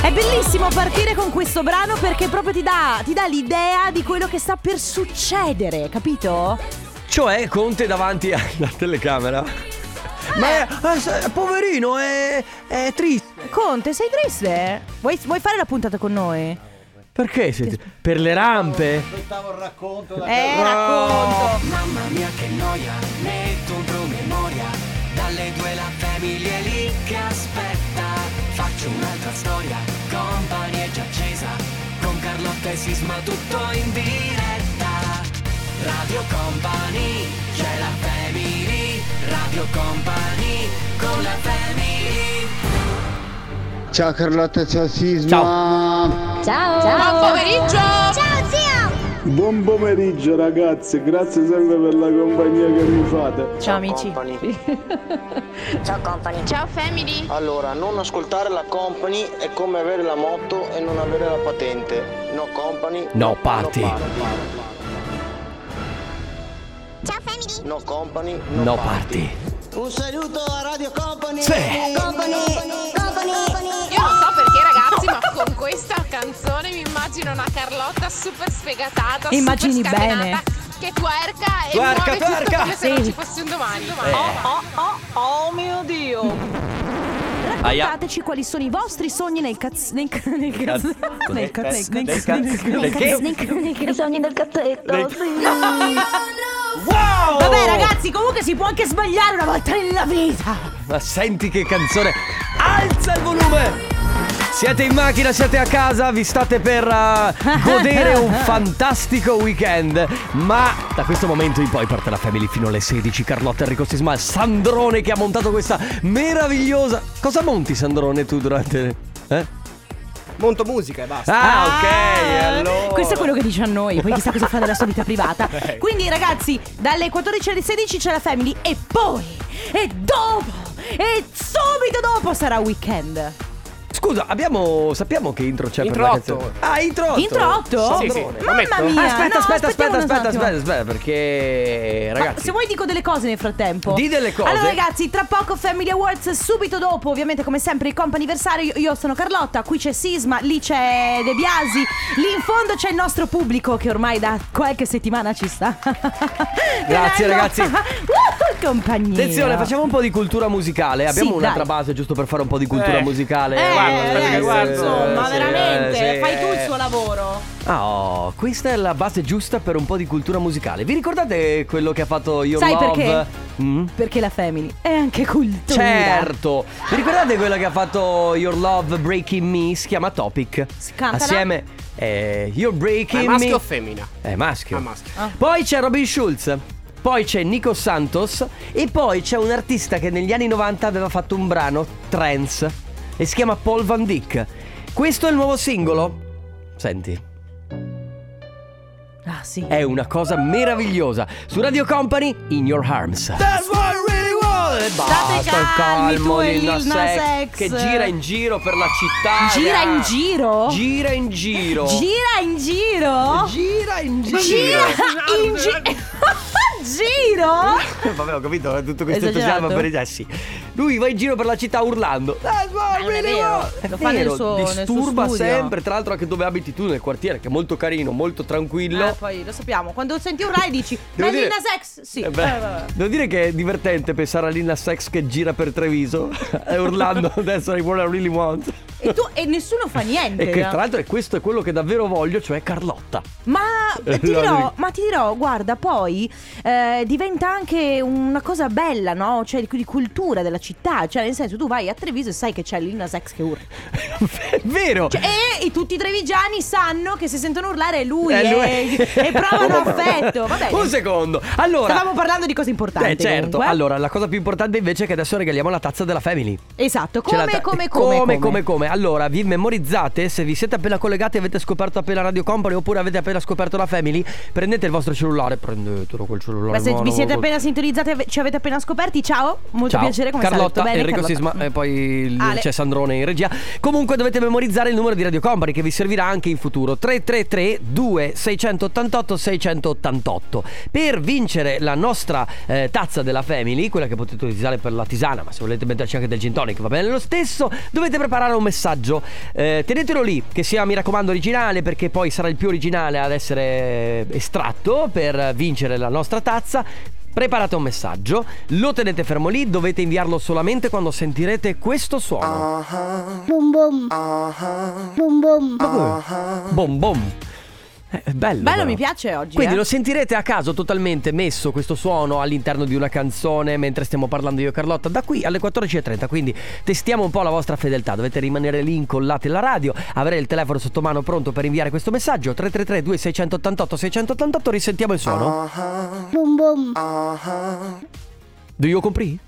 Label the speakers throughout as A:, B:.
A: È bellissimo partire con questo brano perché proprio ti dà, ti dà l'idea di quello che sta per succedere, capito?
B: Cioè, Conte davanti alla telecamera. Ma è, ah, sa- poverino, è, è triste.
A: Conte, sei triste? Vuoi, vuoi fare la puntata con noi?
B: Perché? siete- Per le rampe?
A: Eh, racconto.
C: Mamma mia che noia, metto un promemoria Dalle due la famiglia è lì che aspetta Faccio un'altra storia, company è già accesa Con Carlotta e Sisma tutto in diretta Radio Company, c'è la family Radio Company, con la family
D: Ciao Carlotta, ciao Sisma.
E: Ciao. Ciao. Buon pomeriggio. Ciao zio.
F: Buon pomeriggio ragazzi, grazie sempre per la compagnia che mi fate.
A: Ciao amici.
E: Ciao company.
G: Ciao family!
H: Allora, non ascoltare la company è come avere la moto e non avere la patente. No company,
B: No, party.
H: no party.
E: Ciao family.
H: No company, no,
B: No
H: party.
B: party.
H: Un saluto a Radio Company.
B: Sì.
G: Io non so perché ragazzi, ma con questa canzone mi immagino una Carlotta super sfegatata,
A: Immagini
G: super scatenata,
A: bene.
G: Che twerca e
B: Twerca,
G: muove tutto
B: twerca! Eh.
G: come se non
A: Sì.
G: ci fosse un domani. domani.
A: Raccontateci quali sono i vostri sogni nel cazzo. Nel cazzo. Nel cazzo. Nel cazzo. Nel cazzo. Nel cazzo. Nel cazzo.
E: I sogni del cazzetto.
B: Wow!
A: Vabbè ragazzi, comunque si può anche sbagliare una volta nella vita.
B: Ma senti che canzone! Alza il volume! Siete in macchina, siete a casa, vi state per eh, godere un fantastico weekend. Ma da questo momento in poi parte la family fino alle 16. Carlotta Enrico Sisma, Sandrone che ha montato questa meravigliosa. Cosa monti, Sandrone, tu durante. Eh?
I: Monto musica e basta.
B: Ah, ok,
A: Ah,
B: allora.
A: Questo è quello che dice a noi, poi chissà cosa fa della sua vita privata. Quindi ragazzi, dalle 14 alle 16 c'è la family e poi, e dopo, e subito dopo sarà weekend.
B: Scusa, abbiamo. Sappiamo che intro c'è
I: Intro
B: per la
I: otto.
B: canzone? Ah, intro 8.
A: Intro 8?
I: Sì, sì, lo
A: Mamma
I: metto?
A: mia. No,
B: Aspetta, aspetta, aspetta,
A: aspettiamo un
B: aspetta,
A: attimo.
B: aspetta, aspetta, perché.
A: Ma
B: Ragazzi.
A: se vuoi dico delle cose nel frattempo
B: Di delle cose.
A: Allora ragazzi tra poco Family Awards Subito dopo ovviamente come sempre il comp anniversario Io, io sono Carlotta Qui c'è Sisma Lì c'è De Biasi Lì in fondo c'è il nostro pubblico Che ormai da qualche settimana ci sta Tenendo-
B: ragazzi.
A: Uh, Compagnia
B: Attenzione, facciamo un po' di cultura musicale. Abbiamo
A: Sì,
B: un'altra
A: dai.
B: base giusto per fare un po' di cultura
I: Eh.
B: musicale.
A: eh, adesso,
I: guarda,
A: insomma,
B: sì,
A: veramente,
B: eh, sì,
A: fai tu il
B: eh.
A: suo lavoro.
B: Ah, oh, questa è la base giusta per un po' di cultura musicale. Vi ricordate quello che ha fatto Your
A: Sai
B: Love?
A: perché?
B: Mm?
A: Perché la family è anche cultura.
B: Certo. Vi ricordate quello che ha fatto Your Love Breaking Me? Si chiama Topic.
A: Cantala.
B: Assieme eh, You're
I: Ma
B: Breaking
I: è maschio
B: Me.
I: o femmina?
B: È maschio.
I: Ah, maschio.
A: Ah.
B: Poi c'è Robin Schulz. Poi c'è Nico Santos. E poi c'è un artista che negli anni 90 aveva fatto un brano trance. E si chiama Paul Van Dyck. Questo è il nuovo singolo. Senti.
A: Ah, sì.
B: È una cosa meravigliosa. Su Radio Company, In Your Arms. That's what I really want. E Basta,
A: State calmi,
B: calmo
A: tu e
B: Lil
A: Lil
B: Nas
A: Nas
B: X,
A: X.
B: Che gira in giro per la città.
A: Gira in giro?
B: Gira in giro.
A: Gira in giro?
B: Gira in giro.
A: Gira in gi- giro?
B: Vabbè, ho capito, eh, tutto questo
A: Esagerato. Ah,
B: entusiasmo per i eh, sì. Lui va in giro per la città urlando. Ah, That's what I
A: non è
B: really
A: vero.
B: want. È
A: Lo fa nel
B: vero,
A: suo- nel suo
B: disturba
A: studio.
B: sempre, tra l'altro anche dove abiti tu nel quartiere, che è molto carino, molto tranquillo.
A: Eh, poi lo sappiamo, quando senti un rai dici
B: Devo dire-
A: Bellina Sex, sì.
B: Eh
A: Eh,
B: beh,
A: vabbè.
B: devo dire che è divertente pensare a Lina Sex che gira per Treviso e urlando That's I what I really want.
A: E tu e nessuno fa niente.
B: E che tra l'altro è questo è quello che davvero voglio, cioè Carlotta.
A: Ma ti
B: No,
A: dirò,
B: dico-
A: ma ti dirò, guarda, poi eh, diventa anche una cosa bella, no? Cioè di, di cultura della città, cioè nel senso tu vai a Treviso e sai che c'è Lil Nas X che urla.
B: è vero!
A: Cioè, e, e tutti i trevigiani sanno che se sentono urlare è lui,
B: Eh,
A: e,
B: lui-
A: e provano affetto. Va bene.
B: Un secondo. Allora,
A: Stavamo parlando di cose importanti.
B: Eh, certo.
A: comunque.
B: Allora, la cosa più importante invece è che adesso regaliamo la tazza della Family.
A: Esatto,
B: Ce la
A: come,
B: ta-
A: come, come,
B: come, come, come. Allora, vi memorizzate se vi siete appena collegati e avete scoperto appena Radio Company oppure avete appena scoperto la Family, prendete il vostro cellulare, prendetelo quel
A: Ma
B: cellulare.
A: se
B: nuovo,
A: vi siete
B: quel-
A: appena sintonizzati e ci avete appena scoperti, ciao, molto
B: Ciao.
A: piacere come
B: Carlotta,
A: state? Bene,
B: Enrico
A: Carlotta.
B: Sisma e poi il-
A: Ale.
B: c'è Sandrone in regia. Comunque dovete memorizzare il numero di Radio Company che vi servirà anche in futuro. 333 2688 688. Per vincere la nostra eh, tazza della Family, quella che potete utilizzare per la tisana, ma se volete metterci anche del gin tonic va bene lo stesso, dovete preparare un messaggio passaggio. Eh, tenetelo lì, che sia, mi raccomando, originale, perché poi sarà il più originale ad essere estratto per vincere la nostra tazza. Preparate un messaggio, lo tenete fermo lì, dovete inviarlo solamente quando sentirete questo suono.
J: Bum bum. Bum bum.
B: Bom bom. Eh, È bello.
A: Bello,
B: però.
A: mi piace oggi.
B: Quindi
A: eh.
B: lo sentirete a caso totalmente messo questo suono all'interno di una canzone mentre stiamo parlando io e Carlotta da qui alle 14.30. Quindi testiamo un po' la vostra fedeltà. Dovete rimanere lì incollati alla radio, avere il telefono sotto mano pronto per inviare questo messaggio. 333-2688-688, risentiamo il suono.
J: Bum bum.
B: Do you compri?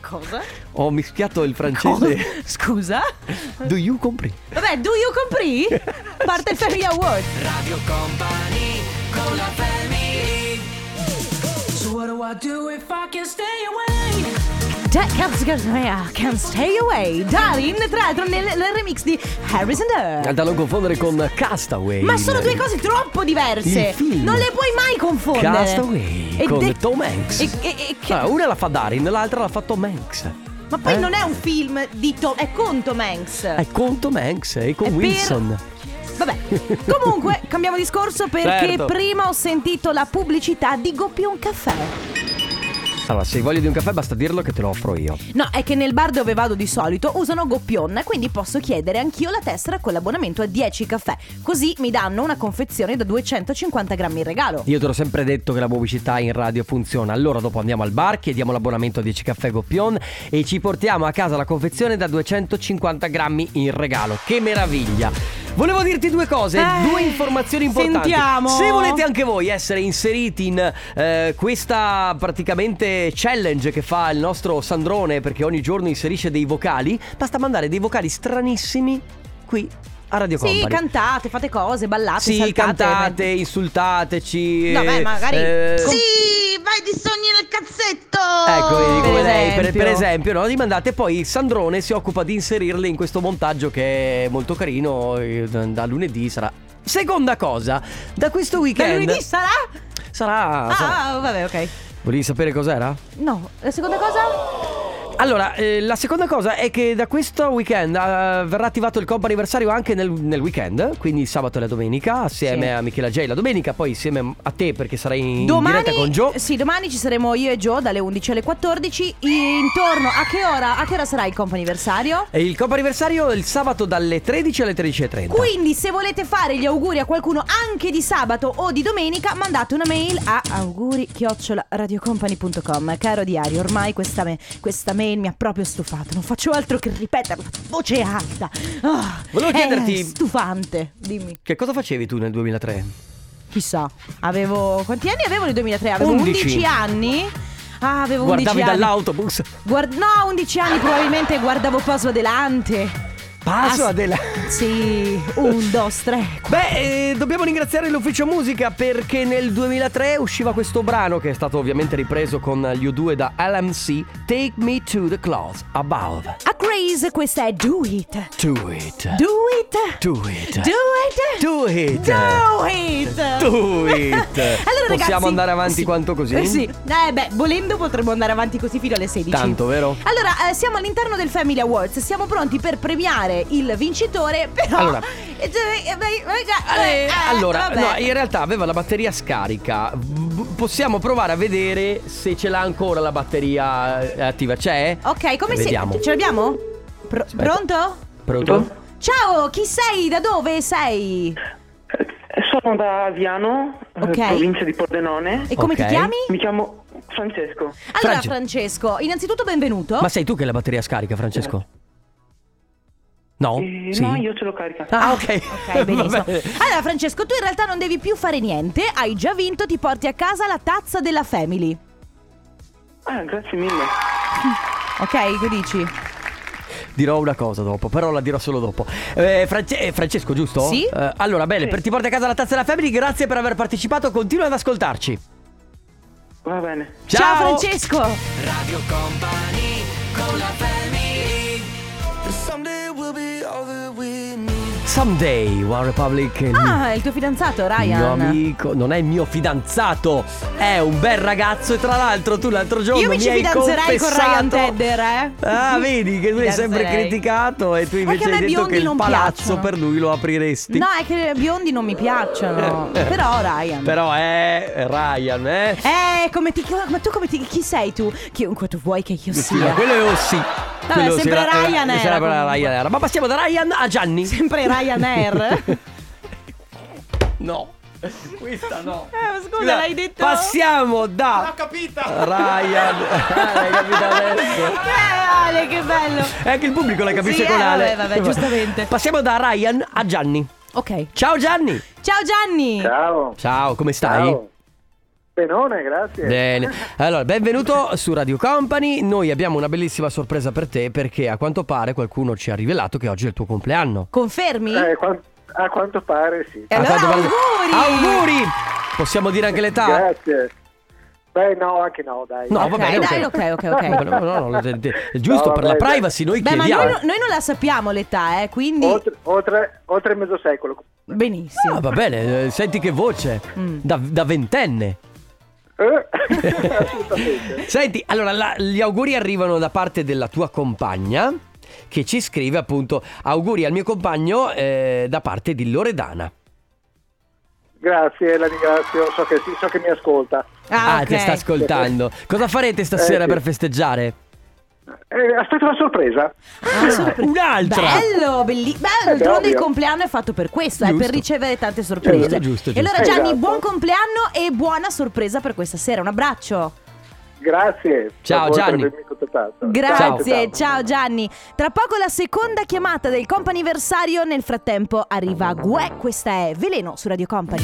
A: Cosa?
B: Ho mischiato il francese.
A: Scusa?
B: Do you compri?
A: Vabbè, do you compri? Parte il Family Award. Jack Capsicasmea Can Stay Away. Darin, tra l'altro, nel, nel remix di Harrison Durr.
B: Da non confondere con Castaway.
A: Ma sono due cose troppo diverse.
B: Il film.
A: Non le puoi mai confondere.
B: Castaway
A: E
B: con
A: de-
B: Tom Hanks.
A: e- e- e che-
B: Ah, una la fa Darin, l'altra la fa Tom Hanks.
A: Ma poi
B: Eh?
A: non è un film di Tom, è con Tom Hanks.
B: È con Tom Hanks e con
A: È per-
B: Wilson.
A: Vabbè, comunque cambiamo discorso perché
B: Certo.
A: prima ho sentito la pubblicità di Goppio un caffè.
B: Allora, se hai voglia di un caffè, basta dirlo che te lo offro io.
A: No, è che nel bar dove vado di solito usano Goppion, quindi posso chiedere anch'io la tessera con l'abbonamento a 10 caffè. Così mi danno una confezione da 250 grammi in regalo.
B: Io te l'ho sempre detto che la pubblicità in radio funziona. Allora, dopo andiamo al bar, chiediamo l'abbonamento a 10 caffè Goppion e ci portiamo a casa la confezione da 250 grammi in regalo. Che meraviglia! Volevo dirti due cose,
A: Eh,
B: due informazioni importanti.
A: sentiamo.
B: Se volete anche voi essere inseriti in eh, questa praticamente challenge che fa il nostro Sandrone, perché ogni giorno inserisce dei vocali, basta mandare dei vocali stranissimi qui a Radio
A: Sì,
B: Company.
A: cantate, fate cose, ballate,
B: Sì,
A: saltate.
B: cantate, insultateci. eh,
A: No, beh, magari-
B: Sì,
E: vai di sogni nel cazzetto.
B: Ecco, vedi come
A: Per
B: lei, per,
A: esempio.
B: per esempio, no? Li mandate poi Sandrone si occupa di inserirle in questo montaggio che è molto carino. eh, Da lunedì sarà. Seconda cosa, da questo
A: Da
B: weekend.
A: lunedì sarà?
B: sarà. sarà-
A: Ah, vabbè, ok.
B: Volevi sapere cos'era?
A: No, la seconda cosa?
B: Allora, eh, la seconda cosa è che da questo weekend eh, verrà attivato il comp anniversario anche nel, nel weekend, quindi sabato e la domenica, assieme
A: Sì.
B: a Michela J. La domenica, poi insieme a te perché sarai in
A: Domani,
B: diretta con Gio.
A: sì, domani ci saremo io e Gio dalle 11 alle 14. Intorno a che ora? A che ora sarà il comp'anniversario?
B: E il compo anniversario è il sabato dalle 13 alle 13.30.
A: Quindi se volete fare gli auguri a qualcuno anche di sabato o di domenica mandate una mail a auguri-radiocompany.com Caro diario, ormai questa, me- questa mail mi ha proprio stufato, non faccio altro che ripeterla, a voce alta. Ah,
B: Volevo
A: è
B: chiederti-
A: stufante, dimmi.
B: Che cosa facevi tu nel 2003?
A: Chissà, avevo... Quanti anni avevo nel 2003? Avevo
B: 11.
A: 11, anni? Ah, avevo 11
B: Guardavi
A: anni.
B: dall'autobus.
A: Guard- no, 11 anni probabilmente guardavo Paso Adelante.
B: Passo
A: As-
B: Adela.
A: Sì, un, dos, tre,
B: Beh, eh, dobbiamo ringraziare l'ufficio musica perché nel 2003 usciva questo brano che è stato ovviamente ripreso con gli U2 da LMC, Take Me to the Clouds Above.
A: A Craze, questa è Do It.
B: Do it.
A: Do it.
B: Do it.
A: Do it.
B: Do it.
A: Do it.
B: Do it.
A: Allora,
B: Possiamo
A: ragazzi,
B: andare avanti
A: sì.
B: quanto così?
A: Eh, sì. Eh beh, volendo potremmo andare avanti così fino alle 16.
B: Tanto, vero?
A: Allora, eh, siamo all'interno del Family Awards, siamo pronti per premiare il vincitore, però
B: Allora.
A: Eh, cioè, eh, beh, eh,
B: Eh,
A: eh,
B: allora,
A: vabbè.
B: no, in realtà aveva la batteria scarica. V- possiamo provare a vedere se ce l'ha ancora la batteria eh, attiva. C'è?
A: Ok, come si
B: Vediamo.
A: Ce l'abbiamo? Pro-
B: Aspetta.
A: pronto? Oh,
B: Pronto?
A: Ciao, chi sei? Da dove sei?
K: Sono da Aviano, eh,
A: Ok.
K: provincia di Pordenone.
A: E come
B: Ok.
A: ti chiami?
K: Mi chiamo Francesco.
A: Allora,
B: Franci-
A: Francesco, innanzitutto benvenuto.
B: Ma sei tu che hai la batteria scarica,
A: Eh,
B: Francesco?
K: Eh,
B: No? Oh, Sì.
K: No, io ce l'ho carica.
B: Ah, ok.
A: Ok, benissimo.
B: Vabbè.
A: Allora, Francesco, tu in realtà non devi più fare niente, hai già vinto, ti porti a casa la tazza della Family.
K: Ah, grazie mille.
A: Ok, che dici?
B: Dirò una cosa dopo, però la dirò solo dopo. Eh, France- eh, Francesco, giusto?
A: Sì.
B: Eh, allora, bene,
K: Sì.
B: per ti porti a casa la tazza della Family, grazie per aver partecipato, continua ad ascoltarci.
K: Va bene.
B: Ciao,
A: Francesco!
B: Someday, One Republic. il mio-
A: Ah, è il tuo fidanzato,
B: il mio
A: Ryan.
B: amico, non è il mio fidanzato, è un bel ragazzo e tra l'altro tu l'altro giorno
A: Io mi ci
B: hai
A: fidanzerei con Ryan
B: confessato-
A: Tedder, eh.
B: Ah, vedi che lui è sempre
A: Fidanzerei.
B: criticato e tu
A: Anche
B: invece
A: a me
B: hai detto
A: biondi
B: che il
A: non
B: palazzo
A: piacciono.
B: per lui lo apriresti.
A: No, è che biondi non mi piacciono. Però Ryan.
B: Eh, Però è Ryan, eh?
A: Eh, come ti. Ma tu come ti. Chi sei tu? Chiunque tu vuoi che io
B: No,
A: sia.
B: quello è Ossi. Quello eh,
A: sempre
B: si era-
A: Ryanair,
B: si era per
A: comunque.
B: Ryanair. Ma passiamo da Ryan a Gianni.
A: Sempre Ryanair. Eh,
B: no. Questa no.
A: Eh, scusa,
B: Scusa,
A: l'hai detto.
B: Passiamo da
I: capita!
B: Ryan. Ah, L'hai capito adesso?
A: Eh, Ale, che bello.
B: E anche il pubblico la capisce
A: Sì,
B: con
A: eh,
B: Ale.
A: vabbè, vabbè, giustamente.
B: Passiamo da Ryan a Gianni.
A: Ok.
B: Ciao Gianni.
A: Ciao Gianni.
K: Ciao.
B: Ciao, come stai?
K: Benone, grazie.
B: Bene, allora benvenuto su Radio Company. Noi abbiamo una bellissima sorpresa per te perché a quanto pare qualcuno ci ha rivelato che oggi è il tuo compleanno.
A: Confermi?
K: Eh, quan- a quanto pare sì.
A: E allora
B: A quanto pare-
A: auguri.
B: Ah, Auguri! Possiamo dire anche l'età?
K: Grazie. Beh, no, anche no, dai.
B: No, eh,
A: Ok,
B: va bene.
A: dai, ok, ok, ok.
B: No, no, no, no, te- te- è giusto
K: No,
B: per la
K: vabbè,
B: privacy, noi
A: Beh, ma
B: chiediamo.
A: noi, no- noi non la sappiamo l'età, eh, quindi.
K: Oltre, oltre, oltre mezzo secolo.
A: Benissimo.
B: Ah, va bene, eh, senti che voce
A: Mm.
B: da, da ventenne.
K: Eh, assolutamente.
B: Senti, allora la- gli auguri arrivano da parte della tua compagna che ci scrive appunto auguri al mio compagno eh, da parte di Loredana.
K: Grazie, la ringrazio. So che, so che mi ascolta.
B: Ah,
A: ok.
B: ti sta ascoltando. Cosa farete stasera
K: Eh, sì.
B: per festeggiare?
K: Eh, aspetto una sorpresa.
A: Ah, sorpre-
B: Un'altra!
A: Bello, bellissimo. Beh,
K: Eh,
A: d'altronde il
K: ovvio.
A: compleano è fatto per questo, eh,
B: Giusto.
A: per ricevere tante sorprese.
B: Giusto, giusto,
A: E allora,
K: giusto.
A: Gianni,
K: Esatto.
A: buon compleanno e buona sorpresa per questa sera. Un abbraccio.
K: Grazie.
B: Ciao,
K: a voi
B: Gianni.
K: Per avermi contattato.
A: Grazie, ciao,
K: Ciao.
A: Gianni. Tra poco la seconda chiamata del comp'anniversario. Nel frattempo arriva Gue, questa è Veleno su Radio Company.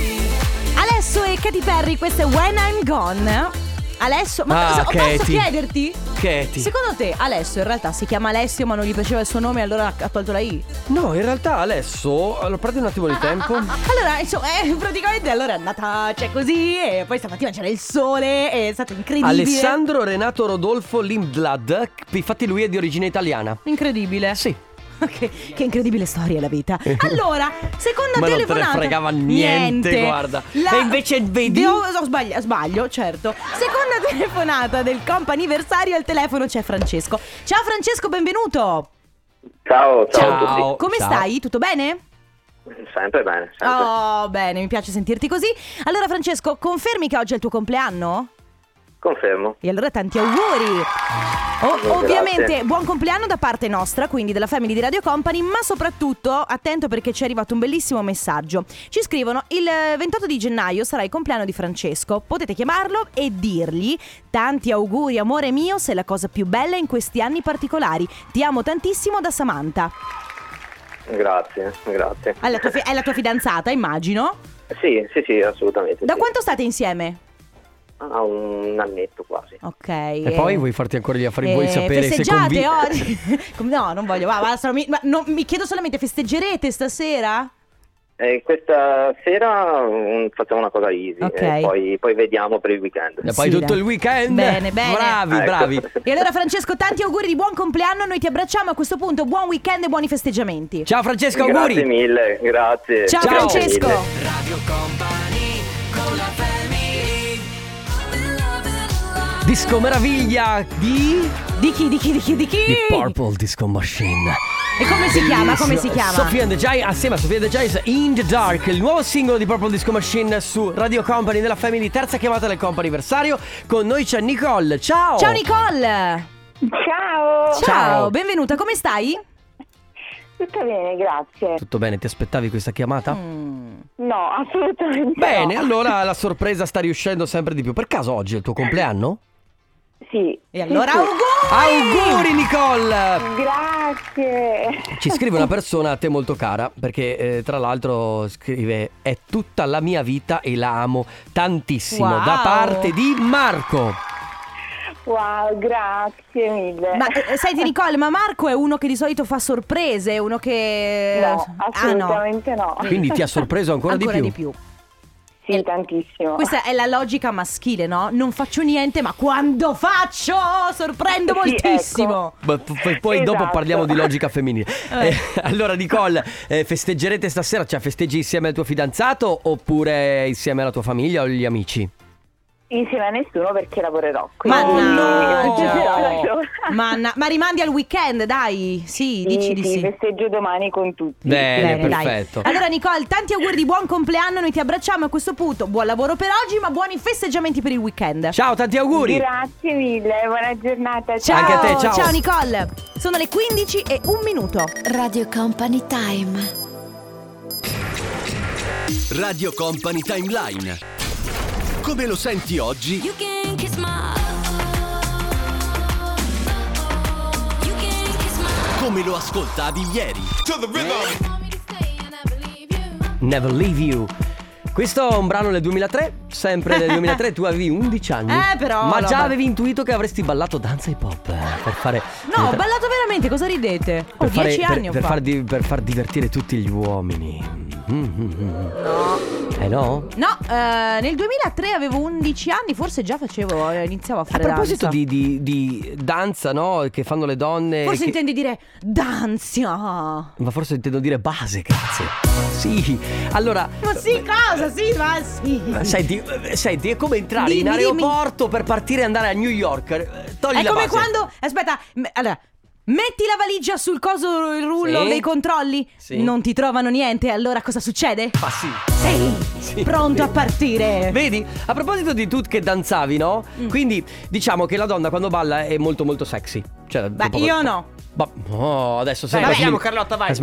A: Alesso e Katy Perry, questa è When I'm Gone. Alesso, ma
B: Ah,
A: cosa- posso
B: Katy.
A: chiederti?
B: Katie.
A: Secondo te Alesso in realtà si chiama Alessio ma non gli piaceva il suo nome e allora ha tolto la I?
B: No, in realtà adesso. Allora, prendi un
A: Ah,
B: attimo di tempo.
A: Allora, insomma, eh, praticamente allora è andata, cioè così, e poi stamattina c'era il sole, è stato incredibile.
B: Alessandro Renato Rodolfo Lindblad. Infatti, lui è di origine italiana.
A: Ah, Incredibile.
B: Sì. Eh.
A: Ok, che incredibile storia è la vita. Allora, seconda
B: Ma non te ne
A: telefonata.
B: fregava niente, guarda. E invece vedi?
A: Devo- no, sbaglia- sbaglio, certo. Seconda telefonata del comp anniversario al telefono c'è Francesco. Ciao Francesco, benvenuto.
L: Ciao, ciao, a
B: Ciao.
A: Come
B: ciao.
A: stai? Tutto bene?
L: tutti. Sempre bene, sempre.
A: Oh, bene, mi piace sentirti così. Allora Francesco, confermi che oggi è il tuo compleanno?
L: Confermo.
A: E allora tanti auguri! O-
L: Grazie.
A: ovviamente buon compleanno da parte nostra, quindi della Family di Radio Company, ma soprattutto attento perché ci è arrivato un bellissimo messaggio. Ci scrivono il eh, 28 di gennaio sarà il compleanno di Francesco, potete chiamarlo e dirgli tanti auguri amore mio, sei la cosa più bella in questi anni particolari, ti amo tantissimo da Samantha.
L: Grazie, grazie.
A: È la tua, fi- è la tua fidanzata immagino.
L: Sì, sì, sì, assolutamente.
A: Da
L: sì.
A: quanto state insieme?
L: Ah, un annetto quasi.
A: Ok.
B: E poi vuoi farti ancora gli affari? Vuoi
A: Eh,
B: sapere se
A: festeggiate
B: convi-
A: oggi? Come- no, non voglio. va, va, sono- mi, ma non- mi chiedo solamente, festeggerete stasera?
L: E questa sera mm, facciamo una cosa easy.
A: Ok.
L: E poi, poi vediamo per il weekend.
B: E
A: Sì,
B: poi tutto
A: dai.
B: il weekend.
A: Bene, bene.
B: Bravi,
L: Ecco.
B: bravi.
A: E allora, Francesco, tanti auguri di buon compleanno. Noi ti abbracciamo a questo punto. Buon weekend e buoni festeggiamenti.
B: Ciao Francesco, auguri.
L: Grazie mille, grazie.
A: Ciao,
L: Grazie
A: Francesco.
L: mille.
B: Disco meraviglia di.
A: Di chi, di chi, di chi, di chi?
B: di Purple Disco Machine.
A: E come si chiama? Come si
B: Bellissimo.
A: chiama?
B: Sofia and the Giants, assieme a Sofia and the Giants, In the Dark, il nuovo singolo di Purple Disco Machine su Radio Company della Family, terza chiamata del comp anniversario. Con noi c'è Nicole. Ciao!
A: Ciao, Nicole.
M: Ciao,
A: Ciao. benvenuta. Come stai?
M: tutto bene, grazie.
B: Tutto bene, ti aspettavi questa chiamata?
A: Mm.
M: No, assolutamente.
B: Bene,
M: no.
B: allora la sorpresa sta riuscendo sempre di più. Per caso oggi è il tuo
A: Eh.
B: compleanno?
M: Sì.
A: E allora,
M: Sì, sì.
A: auguri.
B: Auguri Nicole!
M: Grazie.
B: Ci scrive una persona a te molto cara perché eh, tra l'altro scrive è tutta la mia vita e la amo tantissimo
A: Wow.
B: da parte di Marco.
M: Wow, grazie mille.
A: Ma eh, senti Nicole, ma Marco è uno che di solito fa sorprese, uno che... eh,
M: No, assolutamente
A: Ah, no.
M: no.
B: Quindi ti ha sorpreso ancora,
A: Ancora
B: di
A: di
B: più.
A: più.
M: sì, tantissimo.
A: Questa è la logica maschile, no? Non faccio niente, ma quando faccio sorprendo
M: Sì, ecco.
A: moltissimo.
B: Ma p- p- poi dopo
A: Esatto.
B: parliamo di logica femminile.
A: Eh.
B: Eh, allora, Nicole, eh, festeggerete stasera? Cioè, festeggi insieme al tuo fidanzato oppure insieme alla tua famiglia o agli amici?
M: Insieme a nessuno perché lavorerò. quindi-
A: Mannaggia. Manna- ma rimandi al weekend, dai. Sì, dici
M: Sì,
A: di
M: sì,
A: sì.
M: festeggio domani con tutti.
B: Bene,
A: dai.
B: Eh, perfetto.
A: Allora, Nicole, tanti auguri di buon compleanno. Noi ti abbracciamo a questo punto. Buon lavoro per oggi, ma buoni festeggiamenti per il weekend.
B: Ciao, tanti auguri.
M: Grazie mille, buona giornata.
A: Ciao,
B: Anche a te, ciao.
A: ciao Nicole. Sono le 15 e un minuto.
E: Radio Company Time.
N: Radio Company Timeline. Come lo senti oggi? Come lo ascoltavi ieri?
B: Never Leave You. Questo è un brano del 2003, sempre del 2003, tu avevi 11 anni.
A: Eh, però,
B: Ma già
A: no,
B: avevi intuito che avresti ballato danza hip hop eh, per fare.
A: No, ho
B: per-
A: ballato veramente, cosa ridete? Ho
B: per fare-
A: 10
B: per-
A: anni ho
B: per
A: fatto.
B: far, di- per far divertire tutti gli uomini. Mm, No. Eh no?
A: No, eh, nel 2003 avevo 11 anni, forse già facevo, eh, iniziavo a
B: A
A: fare
B: proposito
A: danza.
B: di, di- di danza, no? Che fanno le donne.
A: Forse
B: che-
A: intendi dire danza.
B: Ma forse intendo dire base, cazzo. Sì. Allora,
A: Ma sì, cosa? Sì, ma sì.
B: senti, eh, senti, è come entrare in
A: Dimmi, dimmi.
B: aeroporto per partire e andare a New York. Eh, Togli
A: È
B: la
A: come
B: base.
A: quando. Aspetta, m- allora. Metti la valigia sul coso il rullo
B: Sì.
A: dei controlli?
B: Sì.
A: Non ti trovano niente, allora cosa succede?
B: Ah, sì.
A: Sei
B: Sì.
A: pronto a partire.
B: Vedi? A proposito di tu che danzavi, no?
A: Mm.
B: Quindi diciamo che la donna quando balla è molto molto sexy. Cioè,
A: Beh,
B: dopo-
A: io no.
B: Ma no, adesso sei.
I: Dai, andiamo, Carlotta, vai.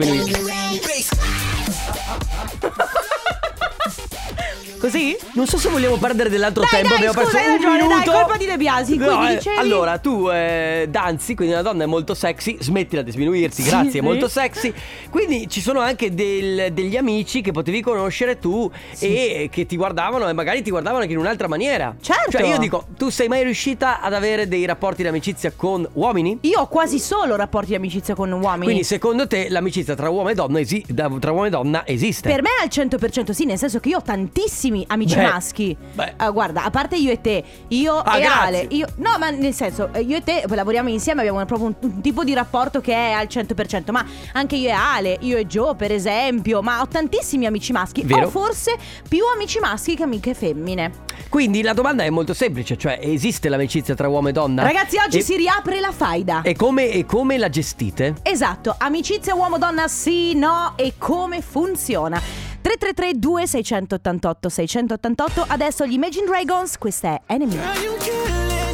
A: Così?
B: Non so se vogliamo perdere dell'altro
A: Dai,
B: tempo,
A: dai,
B: abbiamo
A: scusa,
B: perso
A: hai
B: un
A: ragione, dai,
B: minuto.
A: colpa di De Biasi, quindi
B: eh,
A: dicevi-
B: Allora, tu eh, danzi, quindi una donna è molto sexy, smettila di sminuirti,
A: Sì,
B: grazie,
A: sì.
B: è molto sexy. Quindi ci sono anche del- degli amici che potevi conoscere tu e che ti guardavano e magari ti guardavano anche in un'altra maniera.
A: Certo.
B: Cioè, io dico, tu sei mai riuscita ad avere dei rapporti di amicizia con uomini?
A: Io ho quasi solo rapporti di amicizia con uomini.
B: Quindi secondo te l'amicizia tra uomo e donna, esi- da- tra uomo e donna esiste?
A: Per me al 100% sì, nel senso che io ho tantissimi amici
B: Beh,
A: maschi. Ah, guarda, a parte io e te, io
B: Ah,
A: e
B: grazie.
A: Ale, io, no, ma nel senso, eh, io e te poi lavoriamo insieme, abbiamo proprio un, un tipo di rapporto che è al 100%, ma anche io e Ale, io e Joe per esempio, ma ho tantissimi amici maschi,
B: Vero.
A: ho forse più amici maschi che amiche femmine.
B: Quindi la domanda è molto semplice, cioè esiste l'amicizia tra uomo e donna?
A: Ragazzi, oggi
B: Ah. E-
A: si riapre la faida.
B: E come, e come la gestite?
A: Esatto, amicizia uomo-donna sì, no e come funziona? 333 2688 688 adesso gli Imagine Dragons, questa è Enemy.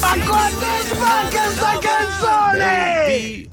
C: Ma quanto è sporca sta canzone!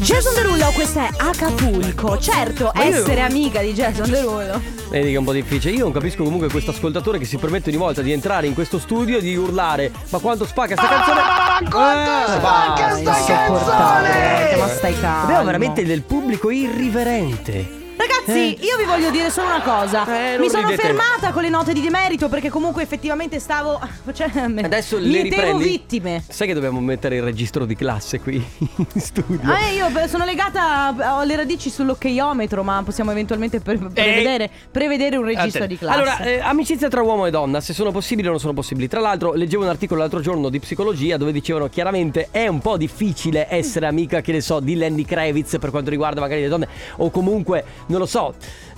A: Jason Derulo, questa è Acapulco. Certo,
B: Ma io-
A: essere amica di Jason Derulo.
B: Vedi che è un po' difficile. Io non capisco comunque questo ascoltatore che si permette ogni volta di entrare in questo studio e di urlare. Ma quanto spacca sta canzone! Eh,
C: Ma quanto è
B: Ah,
C: sporca sta
A: Porca, ma
C: canzone!
A: stai calmo.
B: Abbiamo veramente del pubblico irriverente.
A: Ragazzi, io vi voglio dire solo una cosa.
B: Eh, non
A: Mi sono
B: ridete.
A: fermata con le note di demerito perché comunque effettivamente stavo cioè,
B: Adesso
A: mi
B: le
A: ritevo
B: riprendi.
A: vittime.
B: Sai che dobbiamo mettere il registro di classe qui in studio.
A: Ah, eh, io beh, sono legata alle radici sull'occheiometro, ma possiamo eventualmente pre- prevedere, prevedere un registro
B: Attenzione.
A: di classe.
B: Eh. Allora, eh, amicizia tra uomo e donna, se sono possibili o non sono possibili. Tra l'altro, leggevo un articolo l'altro giorno di psicologia dove dicevano chiaramente è un po' difficile essere amica, che ne so, di Lenny Kravitz per quanto riguarda magari le donne, o comunque, non lo so.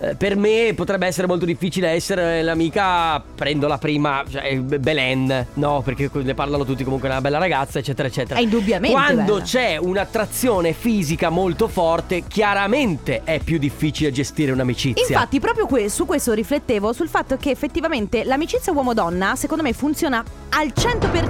B: eh, per me potrebbe essere molto difficile essere l'amica, prendo la prima, cioè, Be- Belen, no? Perché ne parlano tutti comunque, è una bella ragazza, eccetera,
A: È
B: eccetera.
A: Eh, indubbiamente
B: Quando
A: bella.
B: c'è un'attrazione fisica molto forte, chiaramente è più difficile gestire un'amicizia.
A: Infatti, proprio que- su questo riflettevo sul fatto che effettivamente l'amicizia uomo-donna, secondo me, funziona al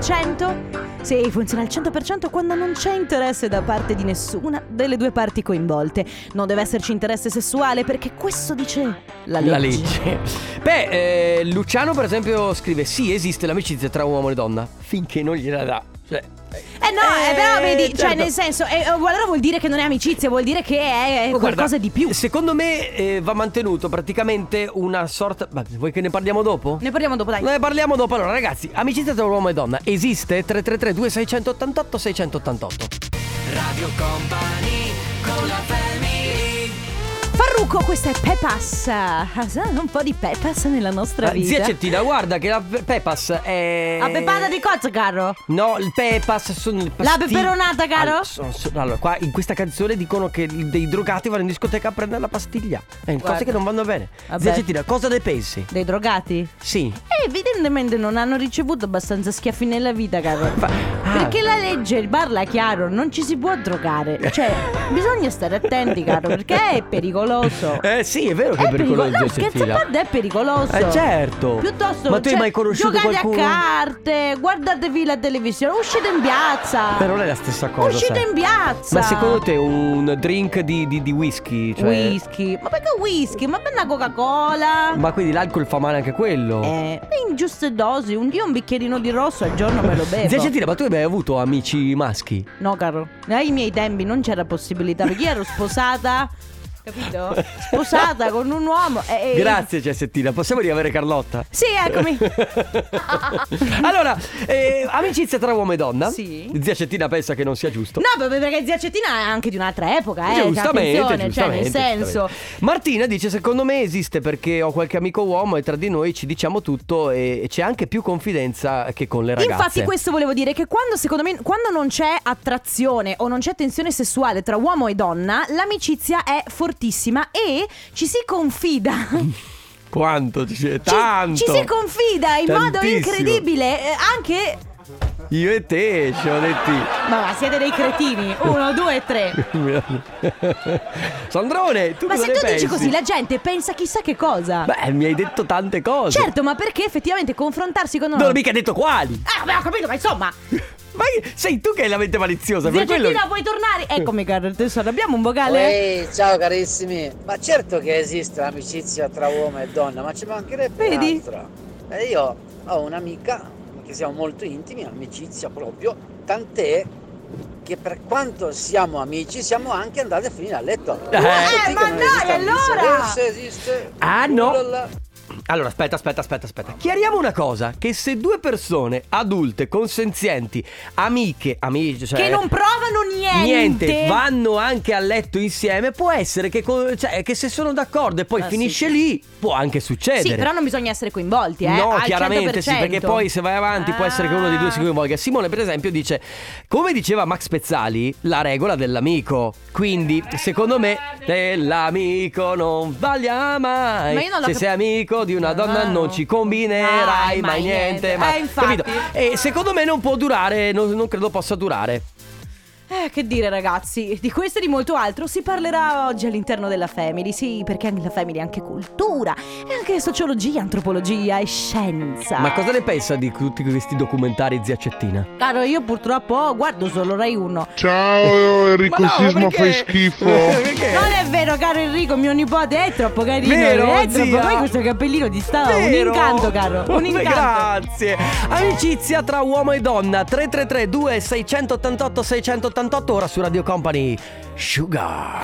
A: 100%. Sì, funziona al 100% quando non c'è interesse da parte di nessuna delle due parti coinvolte. Non deve esserci interesse sessuale perché questo dice la legge.
B: La legge. Beh, eh, Luciano per esempio scrive sì esiste l'amicizia tra uomo e donna finché non gliela dà. Cioè,
A: Eh no, eh, però vedi, cioè
B: certo.
A: nel senso, eh, allora vuol dire che non è amicizia, vuol dire che è, è
B: Ma guarda,
A: qualcosa di più.
B: Secondo me eh, va mantenuto praticamente una sorta... Ma vuoi che ne parliamo dopo?
A: Ne parliamo dopo, dai.
B: Ne parliamo dopo. Allora ragazzi, amicizia tra uomo e donna esiste? 333 2688 688.
C: Radio Company con la family.
A: Farruko Luco, questa è Pepas. Ah, Un po' di Pepas nella nostra
B: Ah,
A: vita.
B: Zia Cettina, guarda che la pe- Pepas è.
A: La pepata di cozzo, caro.
B: No, il Pepas sono il
A: La peperonata, caro?
B: Allora, sono- sono- allora, qua in questa canzone dicono che i- dei drogati vanno in discoteca a prendere la pastiglia. È una cosa
A: Guarda.
B: che non vanno bene.
A: Vabbè.
B: Zia Cettina, cosa ne pensi?
A: Dei drogati?
B: Sì.
A: E evidentemente non hanno ricevuto abbastanza schiaffi nella vita, caro.
B: Ah.
A: Perché la legge parla chiaro, non ci si può drogare. Cioè, bisogna stare attenti, caro, perché è pericoloso.
B: Eh sì, è vero che è, pericoloso.
A: No,
B: Zia
A: scherzo a
B: Cettina.
A: parte, è pericoloso.
B: Eh, certo.
A: Piuttosto,
B: Ma tu hai
A: cioè,
B: mai conosciuto
A: giocate
B: qualcuno?
A: a carte, guardatevi la televisione, uscite in piazza.
B: Però non è la stessa cosa.
A: Uscite
B: sai.
A: in piazza.
B: Ma secondo te un drink di, di- di whisky? Cioè...
A: Whisky. Ma perché whisky? Ma per una Coca-Cola?
B: Ma quindi l'alcol fa male anche quello?
A: Eh, in giuste dosi, un, io un bicchierino di rosso al giorno me lo bevo.
B: Zia Cettina, ma tu hai mai avuto amici maschi?
A: No, caro, ai miei tempi non c'era possibilità perché io ero sposata. Capito? Sposata con un uomo. e- e-
B: Grazie Cessettina, possiamo riavere Carlotta?
A: Sì, eccomi.
B: allora, eh, amicizia tra uomo e donna?
A: Sì.
B: Zia Cettina pensa che non sia giusto.
A: No, proprio perché zia Cettina è anche di un'altra epoca, eh. cioè,
B: giustamente,
A: attenzione,
B: giustamente,
A: cioè, nel senso.
B: giustamente. Martina dice: Secondo me esiste perché ho qualche amico uomo e tra di noi ci diciamo tutto e e c'è anche più confidenza che con le ragazze.
A: Infatti questo volevo dire che quando secondo me quando non c'è attrazione o non c'è tensione sessuale tra uomo e donna, l'amicizia è fortissima e ci si confida.
B: Quanto ci c'è?
A: Ci-
B: Tanto!
A: Ci si confida in modo
B: Tantissimo.
A: incredibile, eh, anche
B: Io e te, ci ho detti.
A: Ma va, siete dei cretini. Uno, due, tre.
B: Sandrone, tu
A: Ma
B: cosa
A: se
B: ne
A: tu dici
B: pensi?
A: così, la gente pensa chissà che cosa.
B: Beh, mi hai detto tante cose.
A: certo, ma perché effettivamente confrontarsi con uno.
B: Non ho mica detto quali.
A: Ah, beh, ho capito, ma insomma.
B: Ma sei tu che hai la mente maliziosa.
A: Zia
B: per quello... Eh,
A: Cettina, puoi tornare? Eccomi, caro tesoro, abbiamo un vocale.
O: ciao carissimi. Ma certo che esiste l'amicizia tra uomo e donna, ma ci mancherebbe
A: Vedi?
O: altro. E io ho un'amica che siamo molto intimi, amicizia proprio, tant'è che per quanto siamo amici siamo anche andati a finire a letto.
B: Eh,
A: ma dai, allora!
O: Se esiste.
B: Ah, no.
O: Ulala.
B: Allora, aspetta, aspetta, aspetta, aspetta. Chiariamo una cosa: che se due persone adulte, consenzienti, amiche, amici, cioè.
A: Che non provano niente.
B: Niente, vanno anche a letto insieme. Può essere che, co- cioè, che se sono d'accordo e poi
A: Ah,
B: finisce
A: sì.
B: lì, può anche succedere.
A: Sì, però non bisogna essere coinvolti, eh.
B: No,
A: al
B: chiaramente sì,
A: 100%.
B: perché poi se vai avanti può essere che uno dei due
A: Ah.
B: si coinvolga. Simone, per esempio, dice: Come diceva Max Pezzali, la regola dell'amico. Quindi, secondo me, dell'amico non sbaglia mai.
A: Ma io non l'ho
B: se
A: cap-
B: sei amico di una donna, non ci combinerai
A: Dai,
B: mai
A: mai
B: niente.
A: niente.
B: ma-
A: Eh, infatti.
B: capito? E secondo me non può durare, non, non credo possa durare.
A: Eh, che dire ragazzi, di questo e di molto altro si parlerà oggi all'interno della Family, sì, perché la Family è anche cultura, è anche sociologia, antropologia e scienza.
B: Ma cosa ne pensa di tutti questi documentari, zia Cettina?
A: Caro, io purtroppo guardo solo Rai 1.
D: Ciao Enrico
B: Ma no,
D: Sisma,
B: perché?
D: fai schifo.
P: Eh,
A: Non è vero, caro Enrico, mio nipote è troppo carino.
B: Vero,
A: è troppo.
B: zia?
A: Poi questo cappellino ti sta
B: Vero?
A: un incanto, caro. Un
B: Vabbè,
A: incanto.
B: Grazie. Amicizia tra uomo e donna 333 2688 688 ora su Radio Company. Sugar.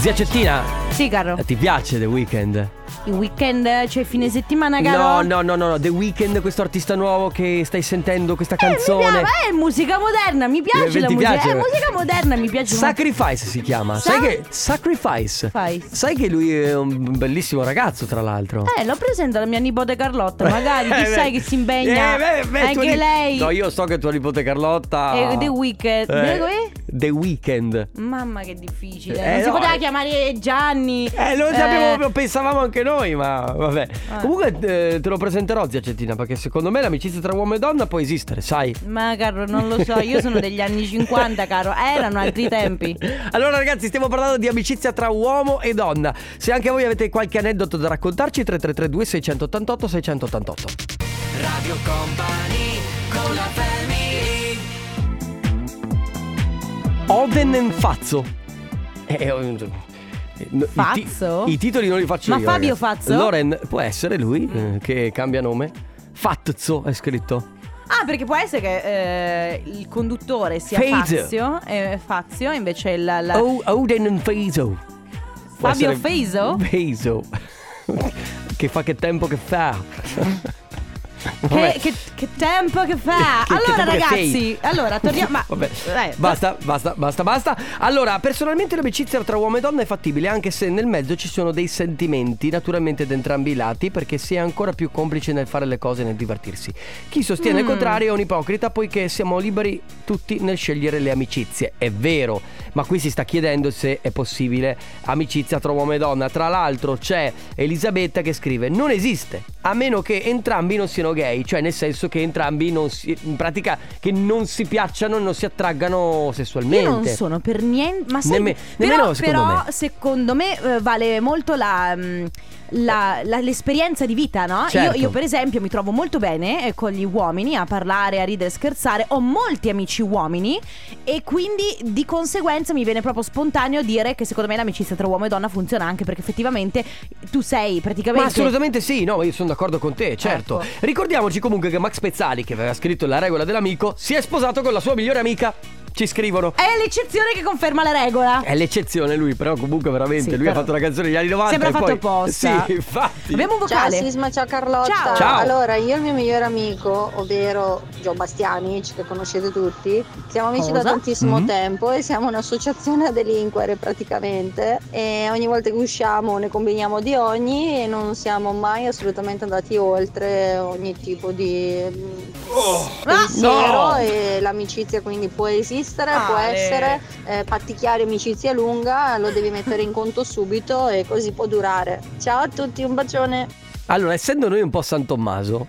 B: Zia Cettina,
A: Sì, caro.
B: ti piace The Weeknd?
A: Il weekend, eh, cioè fine settimana, caro.
B: No, no, no, no, no, The Weeknd, questo artista nuovo che stai sentendo questa
A: Eh, mi
B: canzone.
A: piace, è musica moderna, mi piace
B: Eh,
A: la
B: ti
A: musica.
B: piace?
A: È musica moderna, mi piace.
B: Sacrifice si chiama.
A: Sa-
B: Sai che Sacrifice.
A: Sacrifice.
B: Sai che lui è un bellissimo ragazzo, tra l'altro.
A: Eh, l'ho presente alla mia nipote Carlotta, magari chi sai che si impegna.
B: Eh, beh, beh,
A: Anche
B: tua nip-
A: lei.
B: No, io so che tua nipote Carlotta.
A: Eh, The Weeknd. Eh, come?
B: The Weeknd.
A: Mamma che difficile.
B: Eh,
A: non si
B: no,
A: poteva
B: eh.
A: chiamare Gianni.
B: Eh, lo sapevamo, lo pensavamo anche noi, ma vabbè. Comunque eh, te lo presenterò, zia Cettina, perché secondo me l'amicizia tra uomo e donna può esistere, sai.
A: Ma caro, non lo so, io sono degli anni 50, caro. Erano altri tempi.
B: Allora ragazzi, stiamo parlando di amicizia tra uomo e donna. Se anche voi avete qualche aneddoto da raccontarci, 3332 688 688.
C: Radio Company con la family
B: Oven and Fazzo. Eh, eh, eh, no, i ti-
A: Fazzo?
B: I, titoli non li faccio
A: Ma
B: io.
A: Fabio
B: ragazzi.
A: Fazzo? Mm.
B: Loren, può essere lui eh, che cambia nome. Fazzo è scritto.
A: Ah, perché può essere che eh, il conduttore sia
B: Fazio.
A: Fazio, eh, Fazio e invece la, la-
B: O- Oden Oh, and Fazzo. Può
A: Fabio
B: essere-
A: Fazzo?
B: Fazzo. che fa che tempo che fa.
A: Che, che- che tempo che fa!
B: Che- che
A: allora,
B: tempo che
A: ragazzi,
B: sei.
A: allora torniamo. Ma
B: Vabbè,
A: eh,
B: basta, basta, basta, basta. Allora, personalmente l'amicizia tra uomo e donna è fattibile, anche se nel mezzo ci sono dei sentimenti, naturalmente da entrambi i lati, perché si è ancora più complice nel fare le cose e nel divertirsi. Chi sostiene il
P: Mm.
B: contrario è un ipocrita, poiché siamo liberi tutti nel scegliere le amicizie. È vero, ma qui si sta chiedendo se è possibile amicizia tra uomo e donna. Tra l'altro c'è Elisabetta che scrive: Non esiste, a meno che entrambi non siano gay, cioè nel senso che entrambi non si. in pratica che non si piacciano e non si attraggano sessualmente.
A: Io non sono per niente. Ma sai,
B: Nemme-
A: però,
B: nemmeno secondo
A: però,
B: me.
A: secondo me, eh, vale molto la, mm, la- la- l'esperienza di vita, no?
B: Certo.
A: Io, io, per esempio, mi trovo molto bene eh, con gli uomini a parlare, a ridere, scherzare. Ho molti amici uomini e quindi di conseguenza mi viene proprio spontaneo dire che secondo me l'amicizia tra uomo e donna funziona anche perché effettivamente tu sei praticamente.
B: Ma assolutamente sì, no, ma io sono d'accordo con te, certo.
A: Ecco.
B: Ricordiamoci comunque che Max Pezzali, che aveva scritto La regola dell'amico, si è sposato con la sua migliore amica. Ci scrivono.
A: È l'eccezione che conferma la regola.
B: È l'eccezione lui, però comunque veramente,
A: Sì,
B: lui ha
A: però-
B: fatto una canzone degli anni 90
A: Sembra
B: e
A: fatto
B: poi...
A: apposta.
B: Sì, infatti.
A: Abbiamo un vocale.
Q: Ciao Sisma, ciao Carlotta.
A: Ciao.
B: Ciao.
Q: Allora, io e il mio migliore amico, ovvero Gio Bastianic, che conoscete tutti, siamo amici da
R: Cosa?
Q: tantissimo
R: Mhm.
Q: tempo e siamo un'associazione a delinquere praticamente. E ogni volta che usciamo ne combiniamo di ogni e non siamo mai assolutamente andati oltre ogni tipo di mm, pensiero
R: No.
Q: e l'amicizia quindi può esistere, può
R: Ale.
Q: essere eh, patti chiari, amicizia lunga, lo devi mettere in conto subito e così può durare. Ciao a tutti, un bacione.
B: Allora, essendo noi un po' San Tommaso,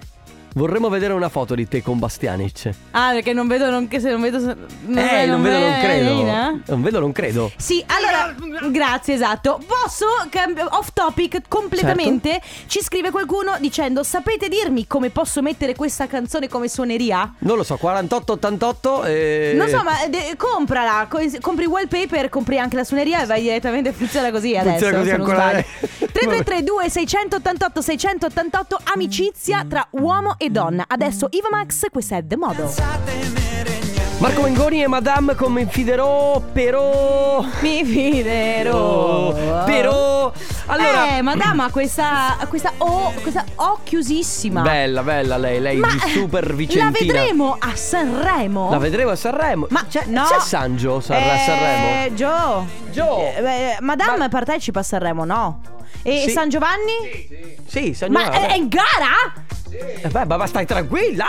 B: vorremmo vedere una foto di te con Bastianic.
A: Ah, perché non vedo, non, che se non vedo. se- Non
B: eh, non vedo, non credo.
A: eh?
B: Non vedo, non credo.
A: Sì, allora, grazie, esatto. Posso, cambi- off topic completamente,
B: Certo.
A: ci scrive qualcuno dicendo, sapete dirmi come posso mettere questa canzone come suoneria?
B: Non lo so, eh, 4888 e...
A: Non so, ma eh, de- comprala, co- compri il wallpaper, compri anche la suoneria e vai direttamente, funziona così adesso.
B: Funziona così
A: se non
B: ancora. eh.
A: sbaglio. 3332 688 688 amicizia tra uomo e donna. Adesso Iva Max, questa è The Model.
B: Marco Mengoni e Madame come infiderò, però...
A: Mi fiderò.
B: Però... Allora...
A: Eh, madama, questa, questa O, questa O chiusissima.
B: Bella, bella lei, lei
A: Ma eh,
B: di super
A: La
B: vicentina.
A: vedremo a Sanremo?
B: La vedremo a Sanremo.
A: Ma c'è, no.
B: C'è Sangio San- a Sanremo?
A: Eh, Gio.
B: Gio.
A: Eh, beh, Madame partecipa a Sanremo, no? E
B: Sì.
A: San Giovanni?
B: Sì, San
A: Ma eh,
B: Giovanni.
A: è, è in gara?
B: Eh, beh, ma ma stai tranquilla.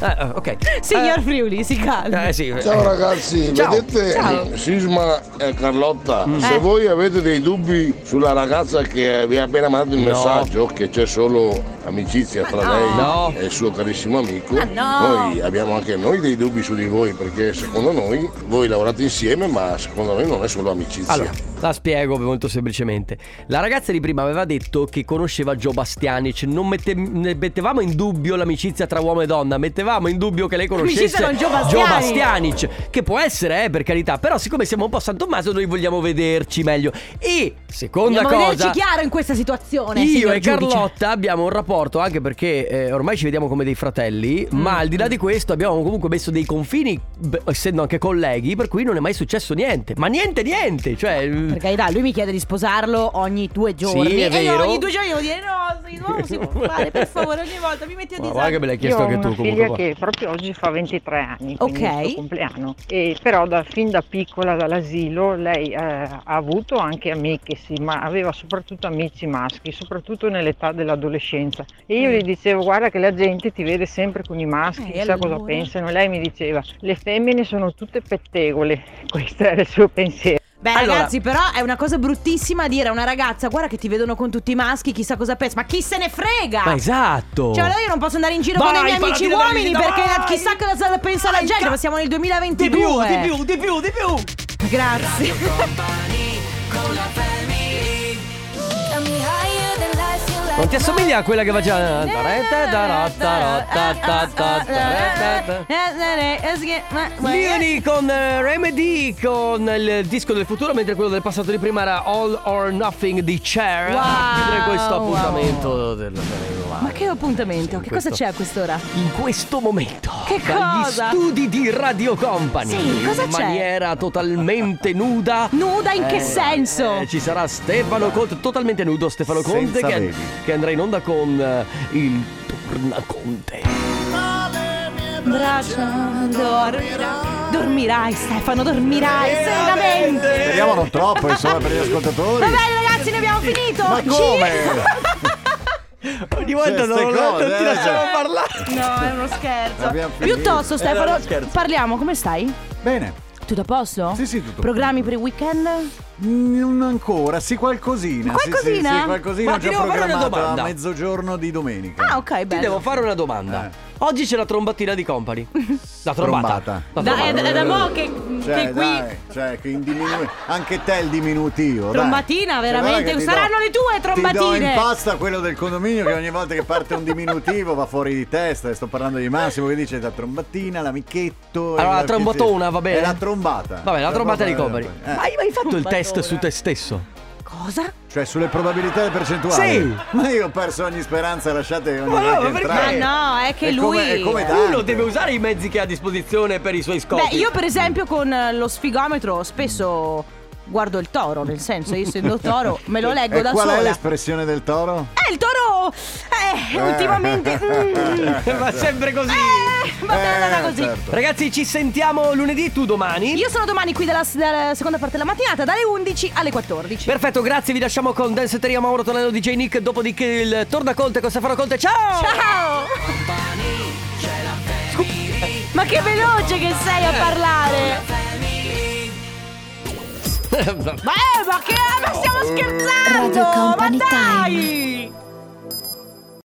B: Eh, eh, ok.
A: Signor Friuli, si calma.
B: Eh, sì.
D: Ciao ragazzi,
A: Ciao.
D: vedete eh,
A: Ciao.
D: Sisma e Carlotta,
B: Mm.
D: se
B: Eh.
D: voi avete dei dubbi sulla ragazza che vi ha appena mandato il
B: No.
D: messaggio, che c'è solo amicizia tra
A: no.
D: lei
A: No.
D: e il suo carissimo amico,
A: Ma no.
D: noi abbiamo anche noi dei dubbi su di voi, perché secondo noi voi lavorate insieme, ma secondo noi non è solo amicizia.
B: Allora, la spiego molto semplicemente. La ragazza di prima aveva detto che conosceva Joe Bastianic. Non mette- ne mettevamo in dubbio l'amicizia tra uomo e donna, mettevamo in dubbio che lei conoscesse
A: L'amicizia con Joe Bastiani.
B: Bastianic, Che può essere, eh, per carità. Però, siccome siamo un po' a San Tommaso, noi vogliamo vederci meglio. E seconda
A: Dobbiamo
B: cosa.
A: vederci chiaro in questa situazione.
B: Io
A: signor
B: e
A: giudice.
B: Carlotta abbiamo un rapporto anche perché eh, ormai ci vediamo come dei fratelli, ma al di là di questo abbiamo comunque messo dei confini, b- essendo anche colleghi, per cui non è mai successo niente. Ma niente, niente! Cioè, mm,
A: Per carità, lui mi chiede di sposarlo ogni due giorni.
B: è
A: e io
B: vero.
A: ogni due giorni devo dire no, sì, no, non si può fare, per favore, ogni volta mi metti a
B: Ma
A: disagio.
B: guarda che me l'hai chiesto
S: Io ho
B: anche
S: una
B: tu
S: figlia
B: comunque. qua.
S: che proprio oggi fa 23 anni, quindi
A: Ok.
S: è il suo compleanno. E però da- fin da piccola dall'asilo lei eh, ha avuto anche amiche, sì, ma aveva soprattutto amici maschi, soprattutto nell'età dell'adolescenza. E io
T: Mm.
S: le dicevo guarda che la gente ti vede sempre con i maschi,
T: Eh,
S: chissà cosa
T: allora?
S: pensano. E Lei mi diceva le femmine sono tutte pettegole, questo era il suo pensiero.
A: Beh, ragazzi, però è una cosa bruttissima dire a una ragazza: guarda che ti vedono con tutti i maschi, chissà cosa pensa. Ma chi se ne frega?
B: Ma esatto!
A: Cioè, allora io non posso andare in giro
B: Vai,
A: con i miei
B: falla
A: amici
B: dire la
A: uomini
B: verità,
A: perché
B: vai!
A: chissà cosa pensa la gente, ma siamo nel 2022.
B: più, di più, di più.
A: Grazie.
B: Non ti assomiglia a quella che faceva.
A: Eh,
B: Vieni con eh, Remedy con il disco del futuro, mentre quello del passato di prima era All or Nothing di Cher.
A: Wow,
B: A chiudere questo
A: wow.
B: appuntamento del del-
A: Ma che appuntamento? Che cosa
B: questo-
A: c'è a quest'ora?
B: In questo momento.
A: Che
B: Dagli
A: cosa?
B: studi di Radio Company.
A: Sì, cosa
B: In
A: c'è?
B: maniera totalmente nuda.
A: Nuda in che
B: Eh,
A: senso?
B: eh, ci sarà Stefano Conte, totalmente nudo Stefano Conte
U: Senza
B: che,
U: veli.
B: che andrà in onda con eh, il torna con te.
P: Cioè,
A: Braccia, dormirai. Dormirai, Stefano, dormirai serenamente.
P: Speriamo non troppo, insomma, per gli ascoltatori.
A: Va bene, ragazzi, ne abbiamo finito.
P: Ma
A: Ci-
P: come?
B: Ogni volta
P: Queste
B: non, non
P: cose,
B: ti
P: eh.
B: lasciamo parlare.
A: No, è uno scherzo.
P: Abbiamo finito.
A: Piuttosto,
P: Era
A: Stefano,
P: uno scherzo.
A: parliamo, come stai?
P: Bene.
A: Tutto a posto?
P: Sì, sì, tutto.
A: Programmi per il weekend?
P: Mm, Non ancora, sì, qualcosina. sì,
A: Qualcosina?
P: Sì, sì, qualcosina.
B: Ma
P: ho
B: ti
P: già
B: devo fare una
P: programmato a
B: domanda.
P: mezzogiorno di domenica.
A: Ah, ok,
B: Ti
A: bello.
B: devo fare una domanda. Oggi c'è la trombattina di Company. La trombata.
P: Trombata.
B: La
A: Da- è,
B: trombata.
A: è da mo' che,
P: Cioè,
A: che qui.
P: dai, cioè, che in diminu- anche te il diminutivo. dai.
A: Trombatina,
E: eh,
P: Cioè, guarda
A: veramente.
P: che ti do-
A: Saranno le tue
P: Ti do in
A: trombatine.
P: pasta quello del condominio che ogni volta che parte un diminutivo va fuori di testa. E sto parlando cioè, di Massimo che dice la trombattina, l'amichetto.
B: Allora,
P: e-
B: la trombatona, va bene?
P: È la trombata.
B: Vabbè, la trombata di
P: trombata-
B: Company.
P: eh.
B: Ma Hai mai fatto il test su te stesso?
A: Cosa?
P: Cioè, sulle probabilità e percentuali.
B: Sì.
P: Ma io ho perso ogni speranza, lasciate ogni
B: Ma no,
P: volta
B: ma perché?
P: entrare.
A: Ma no, è che
P: È come-
A: lui-
P: è come
A: Eh.
P: Dante.
B: Uno deve usare i mezzi che ha a disposizione per i suoi scopi.
A: Beh, io per esempio con eh, lo sfigometro spesso guardo il toro, nel senso io essendo toro me lo leggo
P: E
A: da
P: qual è
A: sola.
P: l'espressione del toro?
A: Eh, il toro eh, ultimamente mm, Eh,
B: Ma sempre così.
A: va bene così.
B: Ragazzi, ci sentiamo lunedì, tu domani.
A: Io sono domani qui dalla, dalla seconda parte della mattinata dalle 11 alle 14.
B: Perfetto, grazie, vi lasciamo con Dance Teria Mauro Tonello DJ Nick, dopodiché il Torna Conte con Stefano Conte. Ciao!
A: Ciao! Ma che veloce che sei a parlare! Ma, eh, ma che ma stiamo scherzando!
E: Radio
A: ma
E: Company
A: dai!
E: Time.